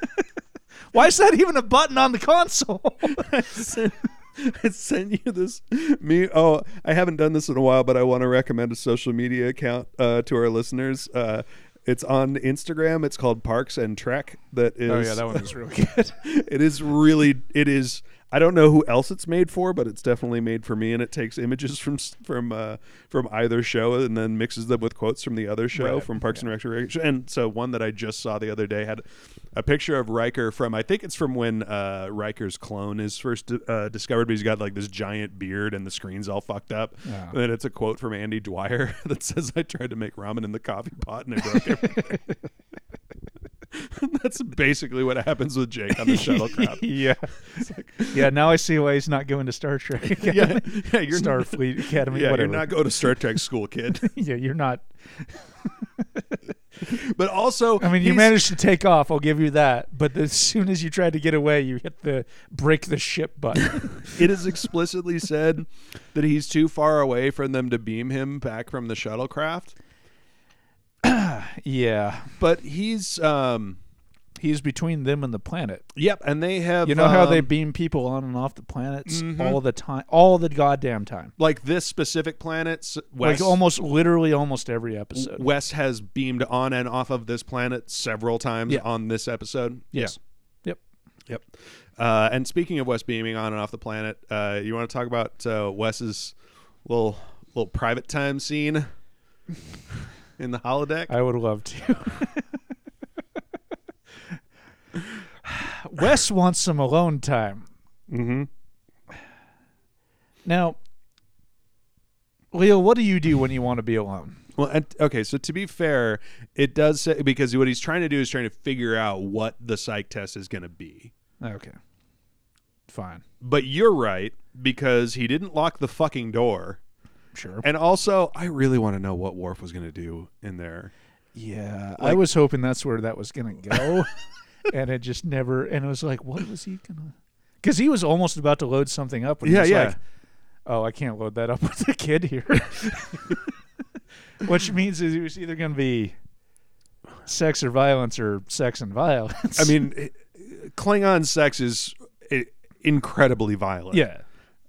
Why is that even a button on the console? Oh, sent- I sent you this me oh I haven't done this in a while but I want to recommend a social media account uh, to our listeners uh, it's on Instagram it's called Parks and Trek that is was really good. it is really it is I don't know who else it's made for but it's definitely made for me and it takes images from s- from uh, from either show and then mixes them with quotes from the other show Right. from Parks and Recreation and so one that I just saw the other day had a picture of Riker from I think it's from when uh, Riker's clone is first uh, discovered but he's got like this giant beard and the screen's all fucked up Yeah. and then it's a quote from Andy Dwyer that says I tried to make ramen in the coffee pot and it broke everything that's basically what happens with Jake on the shuttlecraft yeah. yeah, now I see why he's not going to Star Trek. yeah, Academy, yeah, you're Starfleet Academy, Yeah, whatever. you're not going to Star Trek school, kid. yeah, you're not. But also, I mean, you he's- managed to take off, I'll give you that. But as soon as you tried to get away, you hit the break the ship button. It is explicitly said that he's too far away from them to beam him back from the shuttlecraft. yeah. But he's, um, He's between them and the planet. yep, and they have. You know how they um, beam people on and off the planets all the time, all the goddamn time. like this specific planet? s- West, Like almost literally almost every episode. West has beamed on and off of this planet several times Yeah. on this episode. Yes. Yeah. Yep. Yep. Uh, and speaking of Wes beaming on and off the planet, uh, you want to talk about uh, Wes's little little private time scene in the holodeck? I would love to. Wes wants some alone time. mm-hmm. Now, Leo, what do you do when you want to be alone? Well, and, okay. So to be fair, it does say because what he's trying to do is trying to figure out what the psych test is going to be. Okay. Fine. But you're right because he didn't lock the fucking door. Sure. And also, I really want to know what Worf was going to do in there. Yeah. I was hoping that's where that was going to go. and it just never, and it was like, what was he going to? Because he was almost about to load something up when he Yeah, was yeah. like, oh, I can't load that up with the kid here. Which means is it was either going to be sex or violence or sex and violence. I mean, it- Klingon sex is i incredibly violent. yeah.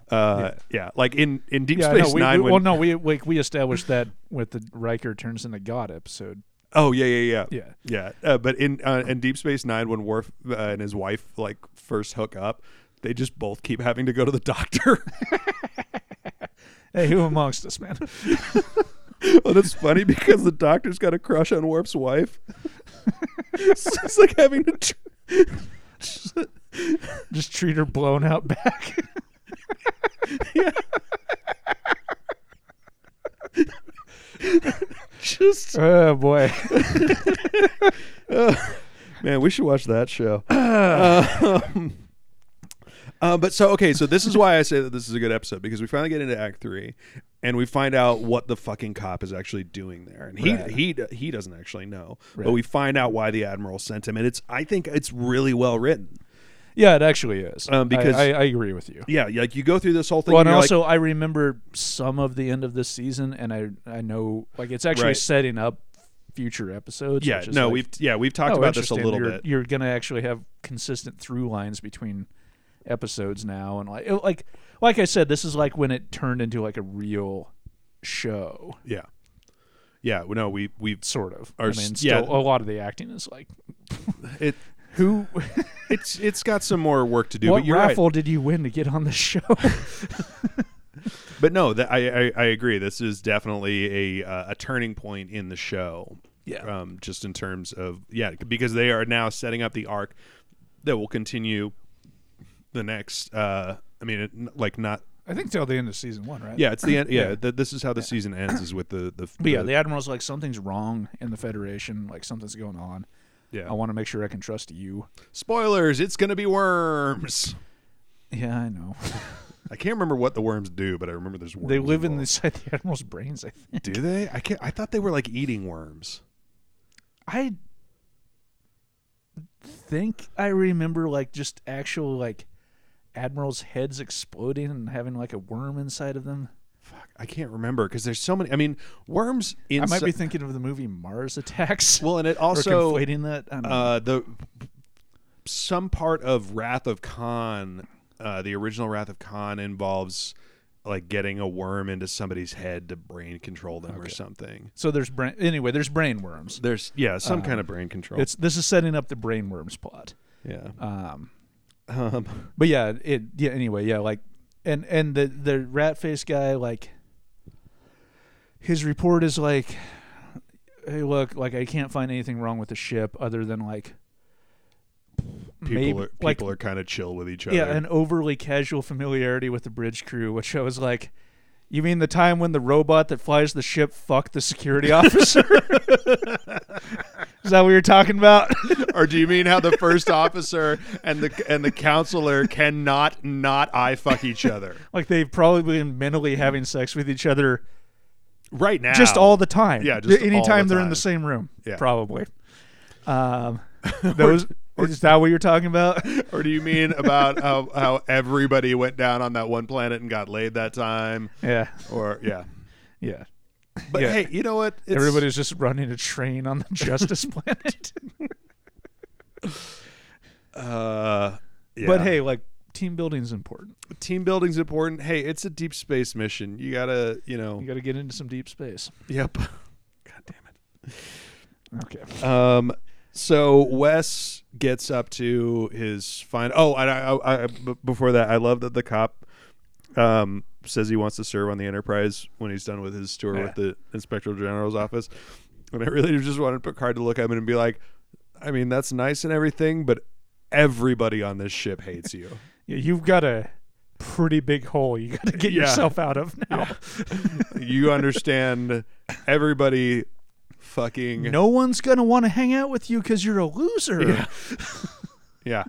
Uh, yeah. Like in in Deep Yeah, Space no, we, Nine. we- when, well, no, we, we we established that with the Riker turns into God episode. Oh yeah, yeah, yeah. Yeah, Yeah, uh, but in uh, in Deep Space Nine, when Worf uh, and his wife like first hook up, they just both keep having to go to the doctor. hey, who amongst us, man? well, it's funny because the doctor's got a crush on Worf's wife. so it's like having to. Tr- Just treat her blown out back. just oh boy, man, we should watch that show. Uh, um, uh, but so okay, so this is why I say that this is a good episode because we finally get into Act Three, and we find out what the fucking cop is actually doing there, and he Right. he he doesn't actually know, Right. but we find out why the admiral sent him, and it's I think it's really well written. yeah, it actually is. Um, because- I, I, I agree with you. Yeah, like you go through this whole thing. Well, and and you're like, also I remember some of the end of this season, and I I know like it's actually Right. setting up future episodes. yeah, which is no, like, we've yeah we've talked oh, about this a interesting. little you're, bit. You're gonna actually have consistent through lines between episodes now, and like it- like like I said, this is like when it turned into like a real show, Yeah, yeah, well, no, we we sort of. Or I s- mean, yeah. still a lot of the acting is like it who it's it's got some more work to do. what but you're right. raffle did you win to get on the show? But no, that, I, I I agree. This is definitely a uh, a turning point in the show. Yeah. Um, just in terms of yeah, because they are now setting up the arc that will continue the next. Uh, I mean, it, like not. I think till the end of season one, right? Yeah, it's the end. Yeah, th- this is how the season ends. Is with the the. But yeah, the- the admiral's like something's wrong in the Federation, like something's going on. I yeah. want to make sure I can trust you. Spoilers! It's gonna be worms. Yeah, I know. I can't remember what the worms do, but I remember there's worms. They live in involved. inside the admiral's brains. I think. Do they? I can't. I thought they were like eating worms. I think I remember like just actual like admirals' heads exploding and having like a worm inside of them. Fuck, I can't remember because there's so many. I mean, worms I might inside. be thinking of the movie Mars Attacks. well, and it or also conflating that. I don't know. uh, the some part of Wrath of Khan, uh, the original Wrath of Khan involves like getting a worm into somebody's head to brain control them or something. so there's brain. Anyway, there's brain worms. There's uh, yeah, some kind of brain control. It's this is setting up the brain worms plot. yeah. Um, Um, But yeah, it yeah. Anyway, yeah, like, and and the the rat face guy, like, his report is like, hey, look, like I can't find anything wrong with the ship other than like people maybe- are people like- are kind of chill with each other. yeah, an overly casual familiarity with the bridge crew, which I was like. You mean the time when the robot that flies the ship fucked the security officer? Is that what you're talking about? or do you mean how the first officer and the and the counselor cannot not eye fuck each other like they've probably been mentally having sex with each other right now? just all the time. Yeah, just anytime all the they're in time. the same room, Yeah. probably. Um, those is that what you're talking about? Or do you mean about how, how everybody went down on that one planet and got laid that time? yeah, Or yeah, yeah. but Yeah. hey, you know what? It's, Everybody's just running a train on the Justice Planet. Uh, yeah. But hey, like team building's important. team building's important. Hey, it's a deep space mission. You gotta, you know. You got to get into some deep space. Yep. God damn it. Okay. Uh, Um, so Wes gets up to his fine. Oh, and I, I, I b- before that, I love that the cop um, says he wants to serve on the Enterprise when he's done with his tour Yeah. with the Inspector General's office. And I really just wanted Picard to look at him and be like, "I mean, that's nice and everything, but everybody on this ship hates you." Yeah, you've got a pretty big hole you got to get Yeah. yourself out of now. you understand? Everybody fucking No one's gonna want to hang out with you because you're a loser. yeah.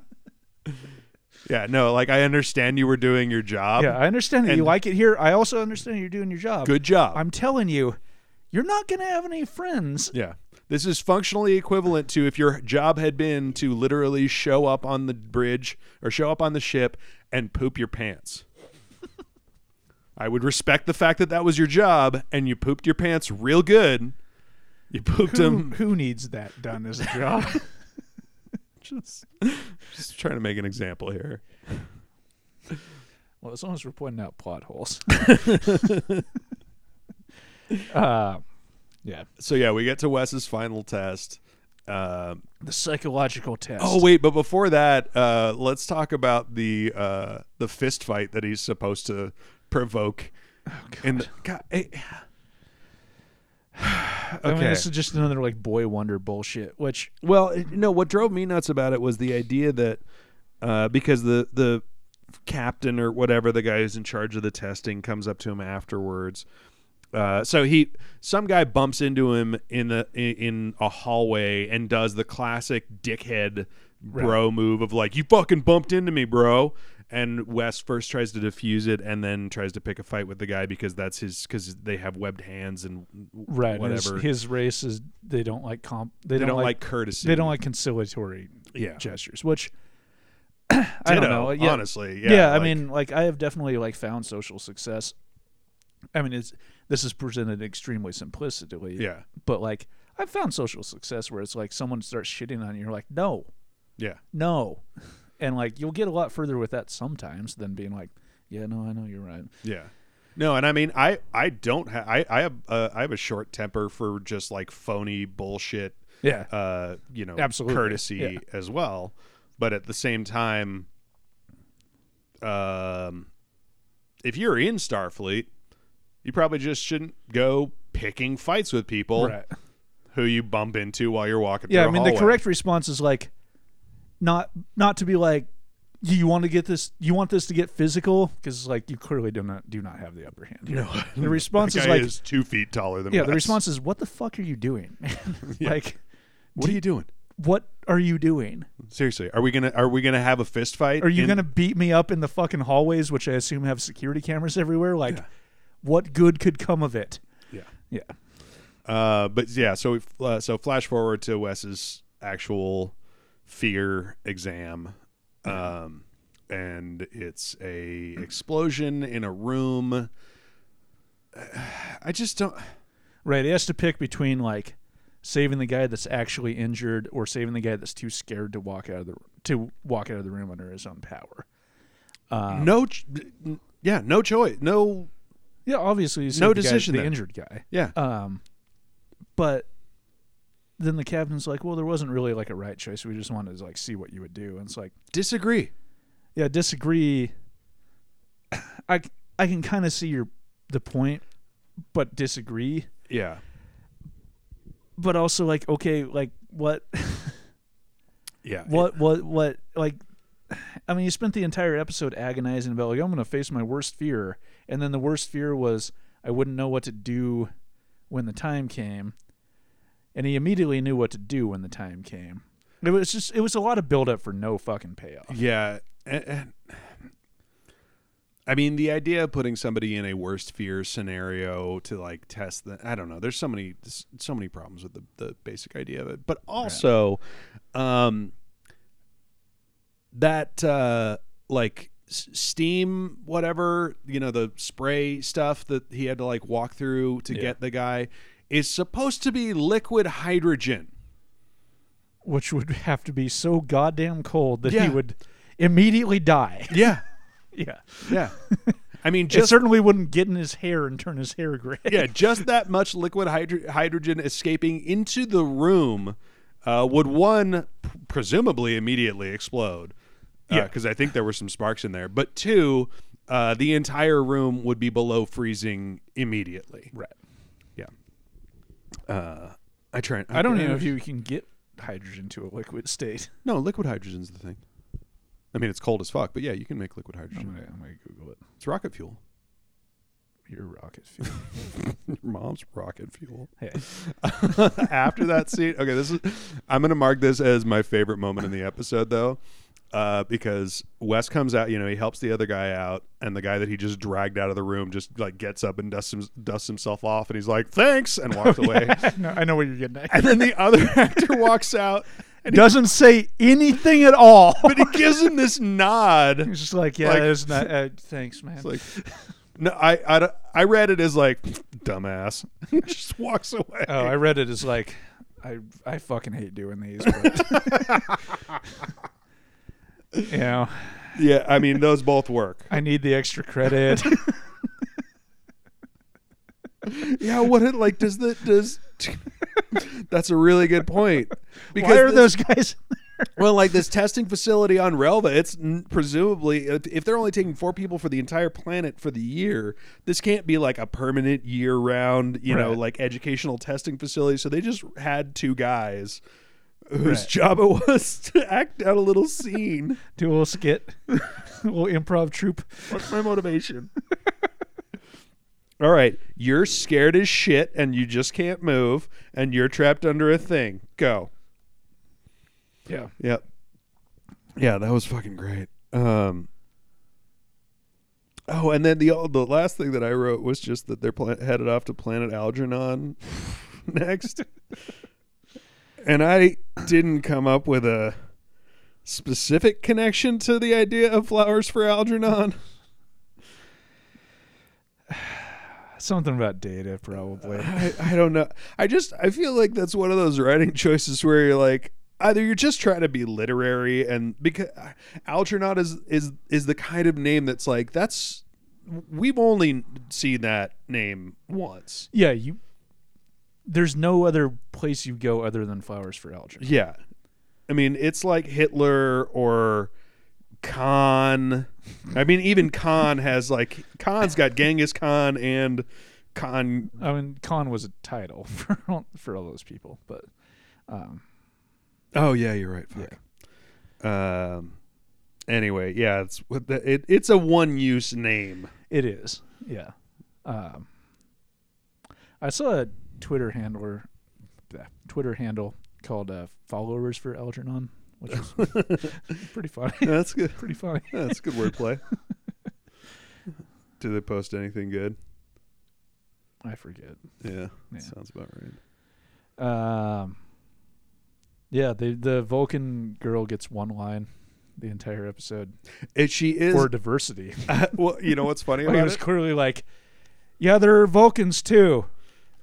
Yeah, no, like I understand you were doing your job. Yeah, I understand that you And- like it here. I also understand you're doing your job. Good job. I'm telling you, you're not going to have any friends. Yeah. This is functionally equivalent to if your job had been to literally show up on the bridge or show up on the ship and poop your pants. I would respect the fact that that was your job and you pooped your pants real good. You pooped Who, them. who needs that done as a job? Just, just trying to make an example here. well, as long as we're pointing out plot holes. uh, yeah, So yeah, we get to Wes's final test. Um, the psychological test. oh wait, but before that, uh, let's talk about the uh, the fist fight that he's supposed to provoke. in the, God, eh, I mean, okay. this is just another like boy wonder bullshit. Which Well, it- no, what drove me nuts about it was the idea that uh, because the the captain or whatever the guy who's in charge of the testing comes up to him afterwards. Uh, so he some guy bumps into him in the in, in a hallway and does the classic dickhead bro move of like you fucking bumped into me, bro. And Wes first tries to defuse it and then tries to pick a fight with the guy because that's his because they have webbed hands and right? and whatever. His, his race is they don't like comp. They, they don't, like, courtesy. they don't like conciliatory yeah. gestures. Which I don't Ditto, know. Yeah, Honestly, yeah. yeah, like- I mean, like I have definitely like found social success. I mean, it's this is presented extremely simplistically. yeah, but like I've found social success where it's like someone starts shitting on you, you're like, no, yeah. no, and like you'll get a lot further with that sometimes than being like, yeah, no, I know you're right. Yeah. No, and I mean, I I don't have I I have uh, I have a short temper for just like phony bullshit, Yeah, uh, you know, Absolutely. courtesy Yeah. as well. But at the same time, um, if you're in Starfleet, you probably just shouldn't go picking fights with people right. who you bump into while you're walking. Yeah, through I a mean, the hallway. correct response is like, not not to be like, "Do you want to get this? You want this to get physical? Because like you clearly do not do not have the upper hand. here. No. the response That is guy like, is two feet taller than yeah, Wes. the response is, what the fuck are you doing? man?" Like, What are you doing? what are you doing? Seriously, are we gonna are we gonna have a fist fight? Are you in- gonna beat me up in the fucking hallways, which I assume have security cameras everywhere? Like, what good could come of it? Yeah. Yeah, Uh, but yeah, so we, uh, so flash forward to Wes's actual fear exam, um, and it's a explosion in a room. I just don't. right. He has to pick between like saving the guy that's actually injured or saving the guy that's too scared to walk out of the to walk out of the room under his own power. no. ch- Yeah, no choice. No. Yeah, obviously, you save No the guy- decision the there. injured guy. Yeah. Um, but then the captain's like, "Well, there wasn't really like a right choice. We just wanted to like see what you would do." And it's like. disagree. yeah disagree i c- I can kind of see your the point but disagree Yeah. but also like okay like what Yeah. what what what like i mean you spent the entire episode agonizing about like i'm gonna face my worst fear and then the worst fear was i wouldn't know what to do when the time came and he immediately knew what to do when the time came it was just it was a lot of build up for no fucking payoff Yeah. And, and- I mean, the idea of putting somebody in a worst fear scenario to like test the I don't know. There's so many so many problems with the, the basic idea of it. But also um that uh like s- steam whatever, you know, the spray stuff that he had to like walk through to get the guy is supposed to be liquid hydrogen. which would have to be so goddamn cold that Yeah. he would immediately die. Yeah. Yeah. Yeah. I mean, It just certainly wouldn't get in his hair and turn his hair gray. yeah, just that much liquid hydro- hydrogen escaping into the room uh, would one p- presumably immediately explode. Yeah, because I think there were some sparks in there. But two, uh, the entire room would be below freezing immediately. Right. Yeah. Uh, I try. I don't even know if you can get hydrogen to a liquid state. No, liquid hydrogen's the thing. I mean, it's cold as fuck, but yeah, you can make liquid hydrogen. I'm gonna, I'm gonna Google it. It's rocket fuel. Your rocket fuel. Your mom's rocket fuel. Hey. after that scene. Okay, this is. I'm gonna mark this as my favorite moment in the episode, though, uh, because Wes comes out. You know, he helps the other guy out, and the guy that he just dragged out of the room just like gets up and dusts, him, dusts himself off, and he's like, "Thanks," and walks away. no, I know what you're getting at. And then the other actor walks out, Doesn't say anything at all. but he gives him this nod. He's just like, yeah, Like- it's not. Uh, thanks, man. It's like, No, I, I, don't- I read it as like dumbass. just walks away. Oh, I read it as like, I I fucking hate doing these. But you know, yeah, I mean those both work. I need the extra credit. Yeah, what it like does that does. That's a really good point. Why are this- those guys? Well, like this testing facility on Relva, it's n- presumably if, if they're only taking four people for the entire planet for the year, this can't be like a permanent year-round, you know, Right. like educational testing facility. So they just had two guys whose job it was to act out a little scene. Do a little skit, a little improv troupe. What's my motivation? All right, you're scared as shit and you just can't move and you're trapped under a thing. Go. Yeah. Yep. Yeah, that was fucking great. Um. Oh, and then the the last thing that I wrote was just that they're pla- headed off to planet Algernon next, and I didn't come up with a specific connection to the idea of flowers for Algernon. Something about data, probably. I, I don't know. I just I feel like that's one of those writing choices where you're like either you're just trying to be literary and because uh, Algernon is is is the kind of name that's like that's we've only seen that name once. Yeah, you. There's no other place you go other than Flowers for Algernon. Yeah. I mean, it's like Hitler or Khan. I mean, even Khan has like Khan's got Genghis Khan and Khan I mean, Khan was a title for all, for all those people, but um, Oh yeah, you're right. Fuck. Um. Anyway, yeah, it's what the, it, it's a one use name. it is. Yeah. Um, I saw a Twitter handler, bleh, Twitter handle called uh, "Followers for Algernon," which is pretty funny. That's good. Pretty funny. That's good wordplay. Do they post anything good? I forget. Yeah, Yeah. sounds about right. Um, yeah, the the Vulcan girl gets one line the entire episode And she is for diversity. well. You know what's funny Like, it about was it? clearly like, yeah, there are Vulcans too.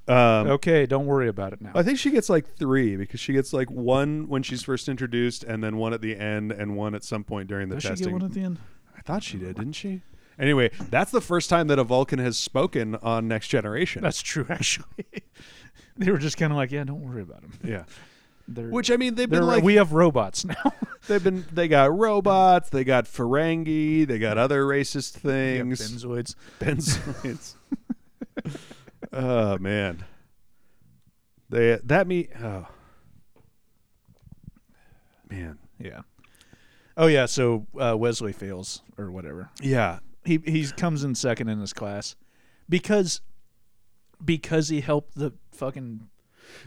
Um, Okay, don't worry about it now. I think she gets like three because she gets like one when she's first introduced, and then one at the end, and one at some point during the Does she testing. get one at the end? I thought she did, didn't she? Anyway, that's the first time that a Vulcan has spoken on Next Generation. That's true, actually. they were just kind of like, yeah, don't worry about them. yeah. They're, Which I mean, they've they're been like we have robots now. They've been they got robots, they got Ferengi, they got other racist We have things. benzoids. Benzoids. oh man. They that me oh man. Yeah. Oh yeah, so uh, Wesley fails or whatever. Yeah. He he comes in second in his class because because he helped the fucking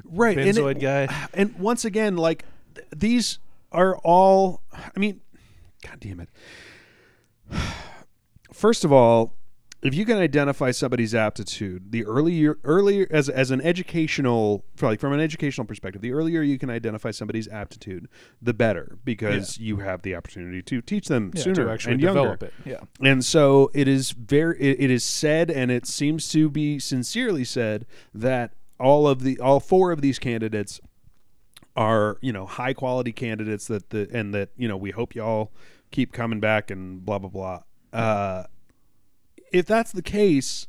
Right. and it- benzoid guy. and once again, like th- these are all. I mean, god damn it. First of all, if you can identify somebody's aptitude, the earlier, earlier as as an educational, for, like from an educational perspective, the earlier you can identify somebody's aptitude, the better because you have the opportunity to teach them Yeah, sooner to actually and younger. develop it. Yeah. And so it is very it, it is said and it seems to be sincerely said that all of the all four of these candidates are, you know, high quality candidates that the and that, you know, we hope y'all keep coming back and blah blah blah. Uh if that's the case,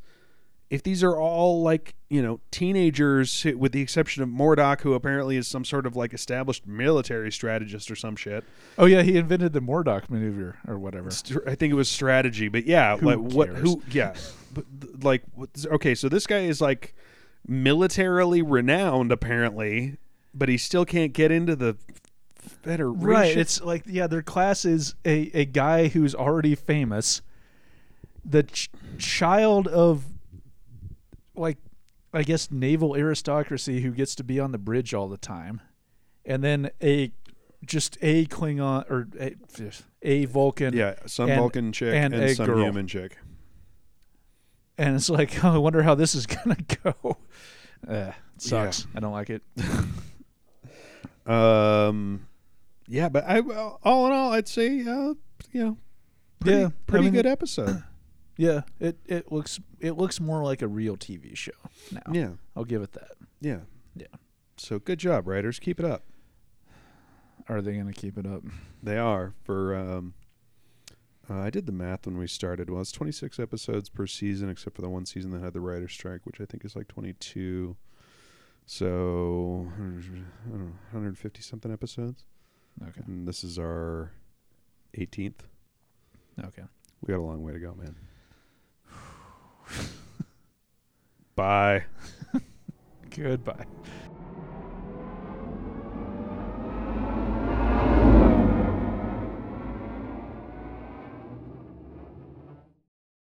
if these are all like, you know, teenagers who- with the exception of Mordock who apparently is some sort of like established military strategist or some shit. Oh yeah, he invented the Mordock maneuver or whatever. Str- I think it was strategy, but yeah, like what? cares? Who? Yeah, but, th- like what- okay, so this guy is like militarily renowned apparently, but he still can't get into the Federation. Right. It's like yeah, their class is a, a guy who's already famous, the ch- child of like I guess naval aristocracy who gets to be on the bridge all the time, and then a just a Klingon or a, a Vulcan. yeah, some and- Vulcan chick and, and a some girl. human chick. And it's like, oh, I wonder how this is gonna go. Uh, it sucks. I don't like it. Um, yeah, but I well, all in all, I'd say uh, you know, pretty, Yeah, I pretty mean- good episode. Yeah, it, it looks it looks more like a real TV show now. Yeah. I'll give it that. Yeah. Yeah. So good job, writers. Keep it up. Are they gonna keep it up? They are for. Um, uh, I did the math when we started. Well, it's 26 episodes per season, except for the one season that had the writer's strike, which I think is like 22. So, I don't know, 150 something episodes. Okay. And this is our 18th. Okay. We got a long way to go, man. Bye. Goodbye.